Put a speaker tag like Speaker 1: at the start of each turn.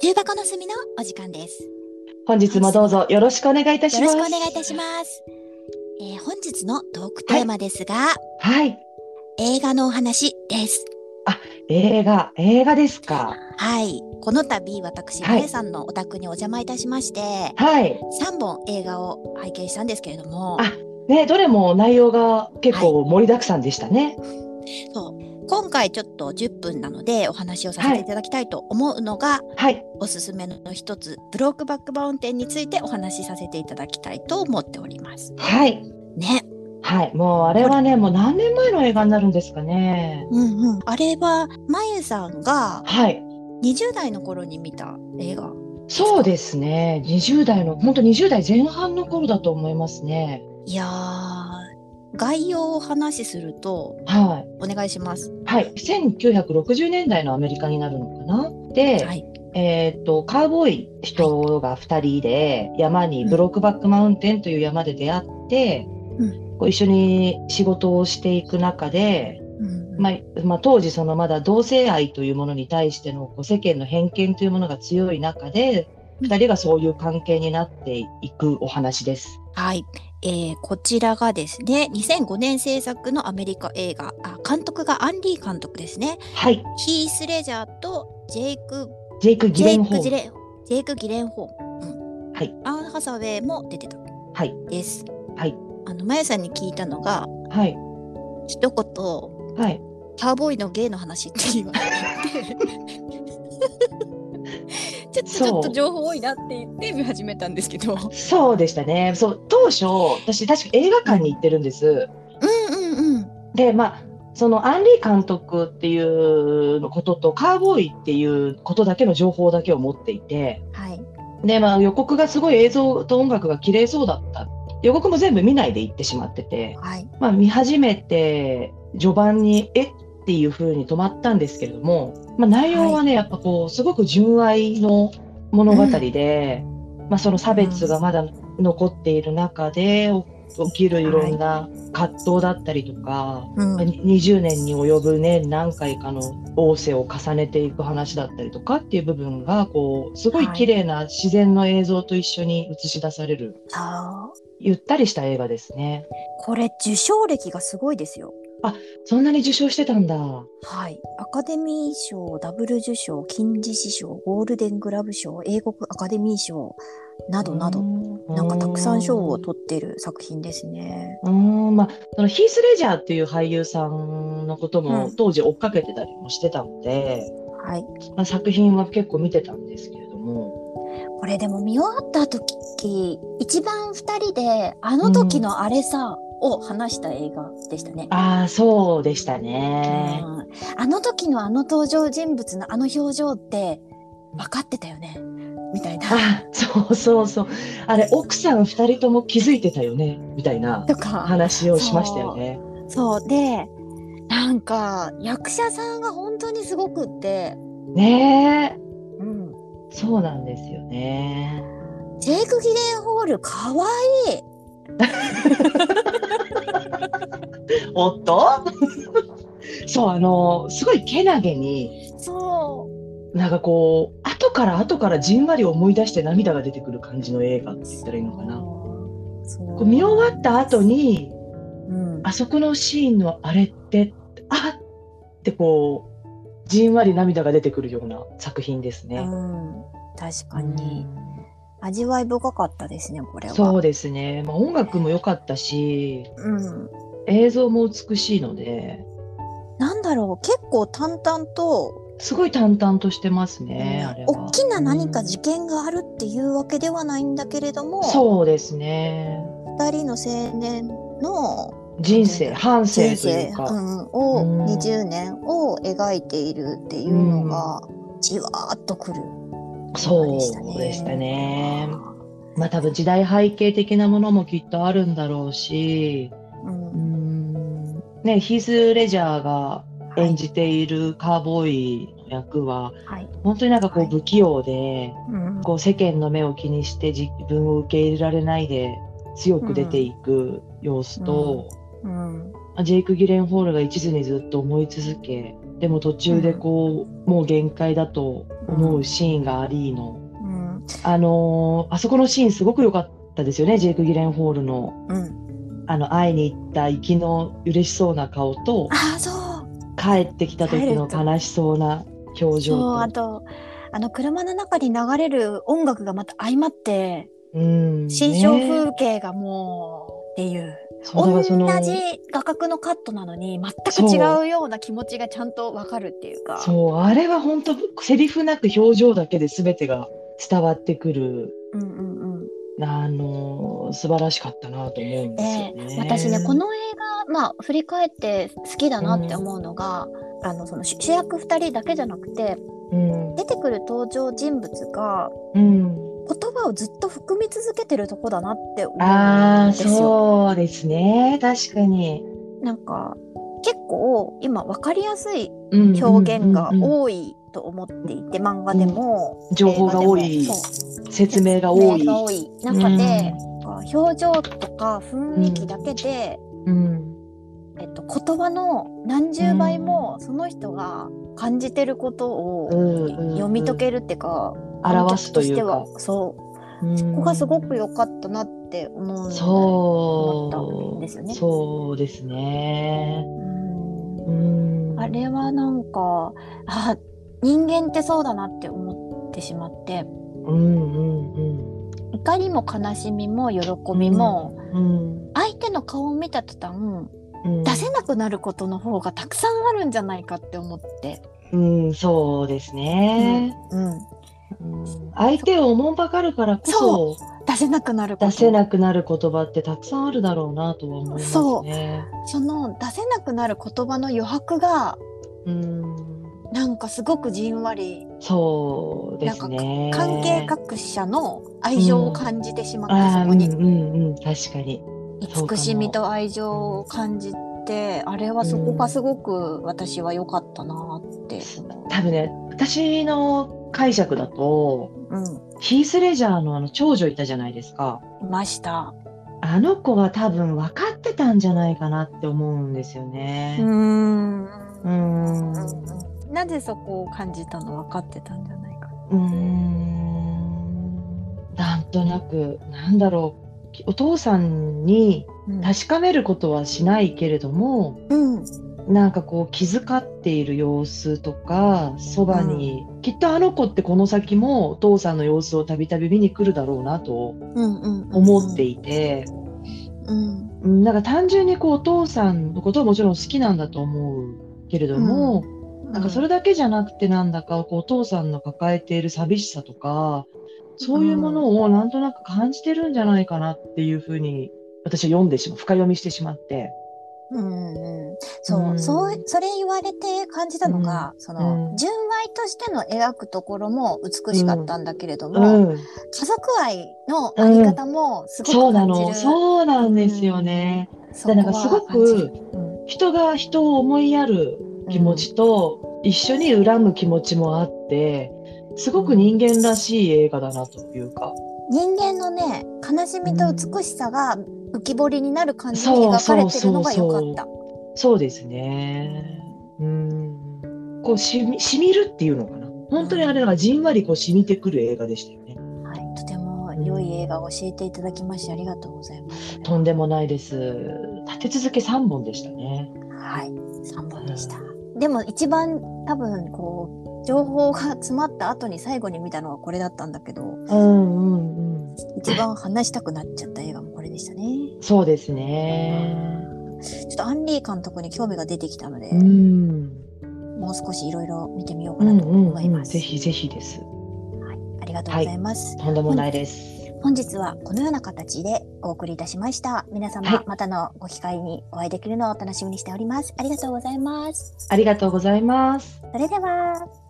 Speaker 1: 中箱の隅のお時間です。
Speaker 2: 本日もどうぞよろしくお願いいたし
Speaker 1: よ
Speaker 2: ま
Speaker 1: ろ
Speaker 2: す。
Speaker 1: しくお願いいたします。えー本日のトークテーマですが、
Speaker 2: はい。
Speaker 1: 映画のお話です。
Speaker 2: 映画、映画ですか。
Speaker 1: はい。この度、私、
Speaker 2: はい
Speaker 1: 皆さんのお宅にお邪魔いたしまして、
Speaker 2: はい。
Speaker 1: 3本映画を拝見したんですけれども、
Speaker 2: あね、どれも内容が結構盛りだくさんでしたね。
Speaker 1: 今回ちょっと10分なのでお話をさせていただきたいと思うのが、
Speaker 2: はい。
Speaker 1: おすすめの一つ、ブロークバックマウンテンについてお話しさせていただきたいと思っております。
Speaker 2: はい。
Speaker 1: ね。
Speaker 2: はい。もうあれはね、もう何年前の映画になるんですかね。
Speaker 1: うんうん。あれは、まゆさんが
Speaker 2: はい。
Speaker 1: 20代の頃に見た映画。
Speaker 2: そうですね。20代の、本当20代前半の頃だと思いますね。
Speaker 1: いやー、概要をお話しすると、
Speaker 2: はい。
Speaker 1: お願いします。
Speaker 2: はい。1960年代のアメリカになるのかな。で、
Speaker 1: はい。
Speaker 2: えー、とカウボーイ人が2人で山に、
Speaker 1: うん
Speaker 2: ブロックバックマウンテンという山で出会って、
Speaker 1: う
Speaker 2: こう一緒に仕事をしていく中で、
Speaker 1: うん
Speaker 2: まあまあ、当時そのまだ同性愛というものに対してのこう世間の偏見というものが強い中で
Speaker 1: うん
Speaker 2: 2人がそういう関係になっていくお話です。
Speaker 1: はい。えーこちらがですね、2005年制作のアメリカ映画、あ監督がアンリー監督ですね。
Speaker 2: はい、
Speaker 1: ヒース・レジャーとジェイク・
Speaker 2: ジェイク・ギ
Speaker 1: ジェ
Speaker 2: レン
Speaker 1: イ
Speaker 2: ホ
Speaker 1: ク
Speaker 2: ー
Speaker 1: ジ
Speaker 2: ル
Speaker 1: レジェイク・ギレンホーム、うん
Speaker 2: はい
Speaker 1: アン・ハサウェイも出てた
Speaker 2: はい
Speaker 1: です。
Speaker 2: はい
Speaker 1: あの、まやさんに聞いたのが、
Speaker 2: はい
Speaker 1: 一言、
Speaker 2: はい
Speaker 1: カウボーイのゲイの話って言われて。ちょっとちょっ
Speaker 2: そ
Speaker 1: と
Speaker 2: う
Speaker 1: 情報多いなって言って見始めたんですけど。
Speaker 2: そうでしたねそう当初私確か映画館に行ってるんです。
Speaker 1: うんうんうん。
Speaker 2: でまあそのアンリー監督っていうのこととカーボーイっていうことだけの情報だけを持っていて
Speaker 1: はい。
Speaker 2: で、まあ、予告がすごい映像と音楽が綺麗そうだった予告も全部見ないで行ってしまってて、
Speaker 1: はい。
Speaker 2: まあ、見始めて序盤にえっていう風に止まったんですけれども、まあ、内容はね、やっぱこうすごく純愛の物語で、まあ、その差別がまだ残っている中で起きるいろんな葛藤だったりとか。
Speaker 1: うん。
Speaker 2: 20年に及ぶ年何回かの逢瀬を重ねていく話だったりとかっていう部分がこうすごい綺麗な自然の映像と一緒に映し出される、
Speaker 1: あー
Speaker 2: ゆったりした映画ですね
Speaker 1: これ受賞歴がすごいですよ。
Speaker 2: そんなに受賞してたんだは
Speaker 1: はい。アカデミー賞、ダブル受賞、金獅子賞、ゴールデングラブ賞、英国アカデミー賞などなど、なんかたくさん賞を取ってる作品ですね。
Speaker 2: うーんまあそのヒース・レジャーっていう俳優さんのこと
Speaker 1: う
Speaker 2: も
Speaker 1: ん
Speaker 2: 当時追っかけてたりもしてたので、
Speaker 1: はい。
Speaker 2: まあ、作品は結構見てたんですけれども
Speaker 1: これでも見終わった時、一番二人で、あの時のあれさ、を話した映画でしたね。
Speaker 2: ああそうでした
Speaker 1: う
Speaker 2: ね、
Speaker 1: んあの時のあの登場人物のあの表情って分かってたよねみたいな。
Speaker 2: あそうそうそうあれ奥さん2人とも気づいてたよねみたいな
Speaker 1: とか
Speaker 2: 話をしましたよね。
Speaker 1: そうでなんか役者さんが本当にすごくって、
Speaker 2: ねえ
Speaker 1: うん、
Speaker 2: そうなんですよね。
Speaker 1: ジェイク・ギレンホールかわいい
Speaker 2: おっと そうあのすごいけなげに
Speaker 1: そ
Speaker 2: なんかこう後から後からじんわり思い出して涙が出てくる感じの映画って言ったらいいのかな。
Speaker 1: うそう
Speaker 2: こう見終わった後に
Speaker 1: うん、
Speaker 2: あそこのシーンのあれってあっってこうじんわり涙が出てくるような作品ですね。
Speaker 1: うん、確かに味わい深かったですねこれは
Speaker 2: そうですね、まあ、音楽も良かったし
Speaker 1: うん、
Speaker 2: 映像も美しいので
Speaker 1: なんだろう結構淡々と、
Speaker 2: すごい淡々としてますね、
Speaker 1: うん
Speaker 2: あれは
Speaker 1: 大きな何か事件があるっていうわけではないんだけれども、
Speaker 2: うんそうですね
Speaker 1: 2人の青年の
Speaker 2: 人生半生
Speaker 1: 人
Speaker 2: とい
Speaker 1: 生
Speaker 2: う
Speaker 1: う
Speaker 2: か、
Speaker 1: ん、を、
Speaker 2: うん
Speaker 1: 20年を描いているっていうのが、じわーっとくる
Speaker 2: そう
Speaker 1: でしたね
Speaker 2: でしたねまあ多分時代背景的なものもきっとあるんだろうし
Speaker 1: う
Speaker 2: うんんねヒース・レジャーが演じているカーボーイの役は、
Speaker 1: はい、
Speaker 2: 本当になんかこ
Speaker 1: は
Speaker 2: う
Speaker 1: い
Speaker 2: 不器用で、
Speaker 1: うん
Speaker 2: こう世間の目を気にして自分を受け入れられないで強く出ていく様子と、
Speaker 1: うん
Speaker 2: ジェイク・ギレンホールが一途にずっと思い続けでも途中でこう、もう限界だと思うシーンがアリーの。
Speaker 1: うん
Speaker 2: あのーあそこのシーンすごく良かったですよね、ジェイク・ギレンホールの、
Speaker 1: うん
Speaker 2: あの、会いに行った息の嬉しそうな顔と、
Speaker 1: ああそう
Speaker 2: 帰ってきた時の悲しそうな表情
Speaker 1: そうあ
Speaker 2: と。
Speaker 1: とあの車の中に流れる音楽がまた相まって
Speaker 2: うん。
Speaker 1: 新象
Speaker 2: ね
Speaker 1: 風景がもう、っていう
Speaker 2: そうだか
Speaker 1: 同
Speaker 2: らその
Speaker 1: じ画角のカットなのに全く違うような気持ちがちゃんとわかるっていうか
Speaker 2: そう、あれは本当セリフなく表情だけで全てが伝わってくる、
Speaker 1: うんうんうん
Speaker 2: あのー素晴らしかったなと思うんですよね。
Speaker 1: で私ねこの映画、まあ、振り返って好きだなって思うのが、あのその主主役2人だけじゃなくて
Speaker 2: うん、
Speaker 1: 出てくる登場人物が
Speaker 2: う
Speaker 1: 言
Speaker 2: ん、
Speaker 1: 葉をずっと含み続けてるとこだなって思うん
Speaker 2: ああ、
Speaker 1: ですよ。
Speaker 2: そうですね、確かに。
Speaker 1: なんか結構今分かりやすい
Speaker 2: うん
Speaker 1: 表現が
Speaker 2: うんうんうん
Speaker 1: 多いと思っていて、漫画でも
Speaker 2: 情報が多い
Speaker 1: 映画でもそう
Speaker 2: 説明が多い。
Speaker 1: 説明が多い中で、なんか表情とか雰囲気だけで、
Speaker 2: うん、
Speaker 1: えっと、言葉の何十倍もその人が感じてること
Speaker 2: う
Speaker 1: を
Speaker 2: んうん
Speaker 1: 読み解けるっていうか、
Speaker 2: 表すとい
Speaker 1: 観
Speaker 2: う
Speaker 1: 客
Speaker 2: か
Speaker 1: として、はそう
Speaker 2: うん
Speaker 1: ここがすごく良かったなって思うので思ったん
Speaker 2: そ
Speaker 1: ですよ
Speaker 2: う、
Speaker 1: ね
Speaker 2: そうですね。
Speaker 1: うん
Speaker 2: うん、
Speaker 1: あれはなんかあ人間ってそうだなって思ってしまって
Speaker 2: うんうん
Speaker 1: 怒りも悲しみも喜びも、
Speaker 2: うん
Speaker 1: 相手の顔を見た途端
Speaker 2: うん。
Speaker 1: 出せなくなることの方がたくさんあるんじゃないかって思って、
Speaker 2: うん、そうですね。
Speaker 1: うん、
Speaker 2: うん相手をおもんばかるからこそ
Speaker 1: 出せなくなること
Speaker 2: 出せなくなる言葉ってたくさんあるだろうなとは思いますね。
Speaker 1: その出せなくなる言葉の余白が
Speaker 2: うん、
Speaker 1: なんかすごくじんわり
Speaker 2: そうですね。
Speaker 1: 関係各社の愛情を感じてしまって、
Speaker 2: あ
Speaker 1: そ
Speaker 2: ー
Speaker 1: こに
Speaker 2: うんうんうん、確かに。
Speaker 1: 慈しみと愛情を感じて、あれはそこがすごく私は良かったなって、
Speaker 2: 多分ね、私の解釈だと、
Speaker 1: うん、
Speaker 2: ヒース・レジャーのあの長女いたじゃないですか。
Speaker 1: いました。
Speaker 2: あの子は多分分かってたんじゃないかなって思うんですよね。
Speaker 1: ん
Speaker 2: うん
Speaker 1: なぜそこを感じたの分かってたんじゃないか。
Speaker 2: うーんなんとなくなんだろうきお父さんに確かめることはしないけれども
Speaker 1: うん、
Speaker 2: なんかこう気遣っている様子とかそばに、きっとあの子ってこの先もお父さんの様子をたびたび見に来るだろうなと
Speaker 1: うん、うん、
Speaker 2: 思っていて、
Speaker 1: うん、
Speaker 2: うんなんか単純にこうお父さんのことはもちろん好きなんだと思うけれども、なんかそれだけじゃなくてなんだかこうお父さんの抱えている寂しさとかそういうものをなんとなく感じてるんじゃないかなっていうふうに私は読んでしまう深読みしてしまって。
Speaker 1: うんうん、そう、
Speaker 2: うん
Speaker 1: そうそれ言われて感じたのが、その、
Speaker 2: うん
Speaker 1: 純愛としての描くところも美しかったんだけれど
Speaker 2: う
Speaker 1: も、
Speaker 2: ん、
Speaker 1: 家族愛のあり方もす
Speaker 2: そ
Speaker 1: ご
Speaker 2: う
Speaker 1: く
Speaker 2: な
Speaker 1: 感じる、
Speaker 2: のそうなんですよね。
Speaker 1: そ
Speaker 2: だからなんかすごく
Speaker 1: うん
Speaker 2: 人が人を思いやる気持ちと一緒に恨む気持ちもあってすごく人間らしい映画だなというか。
Speaker 1: 人間のね悲しみと美しさが浮き彫りになる感じに
Speaker 2: そう
Speaker 1: 描かれてるのが良か
Speaker 2: そう
Speaker 1: っ
Speaker 2: そ
Speaker 1: た。
Speaker 2: そうですね。うん。こうしみ、しみるっていうのかな。本当にあれがじんわりこう染みてくる映画でしたよね。
Speaker 1: はい、とても良い映画を教えていただきましてありがとうございます。
Speaker 2: とんでもないです。立て続け3本でしたね。
Speaker 1: はい、三本でした。でも一番多分こう情報が詰まった後に最後に見たのはこれだったんだけど、
Speaker 2: うんうんうん。
Speaker 1: 一番話したくなっちゃった映画もこれでしたね。
Speaker 2: そうですね。
Speaker 1: ちょっとアンリー監督に興味が出てきたので、
Speaker 2: うん。
Speaker 1: もう少しいろいろ見てみよう
Speaker 2: う
Speaker 1: か
Speaker 2: ん
Speaker 1: なと
Speaker 2: うん
Speaker 1: 思い
Speaker 2: うん。
Speaker 1: ます。
Speaker 2: ぜひぜひです。
Speaker 1: ありがとうございます。
Speaker 2: とんでもないです。
Speaker 1: 本日はこのような形でお送りいたしました。皆様、
Speaker 2: はい
Speaker 1: またのご機会にお会いできるのを楽しみにしております。ありがとうございます。
Speaker 2: ありがとうございます。
Speaker 1: それでは。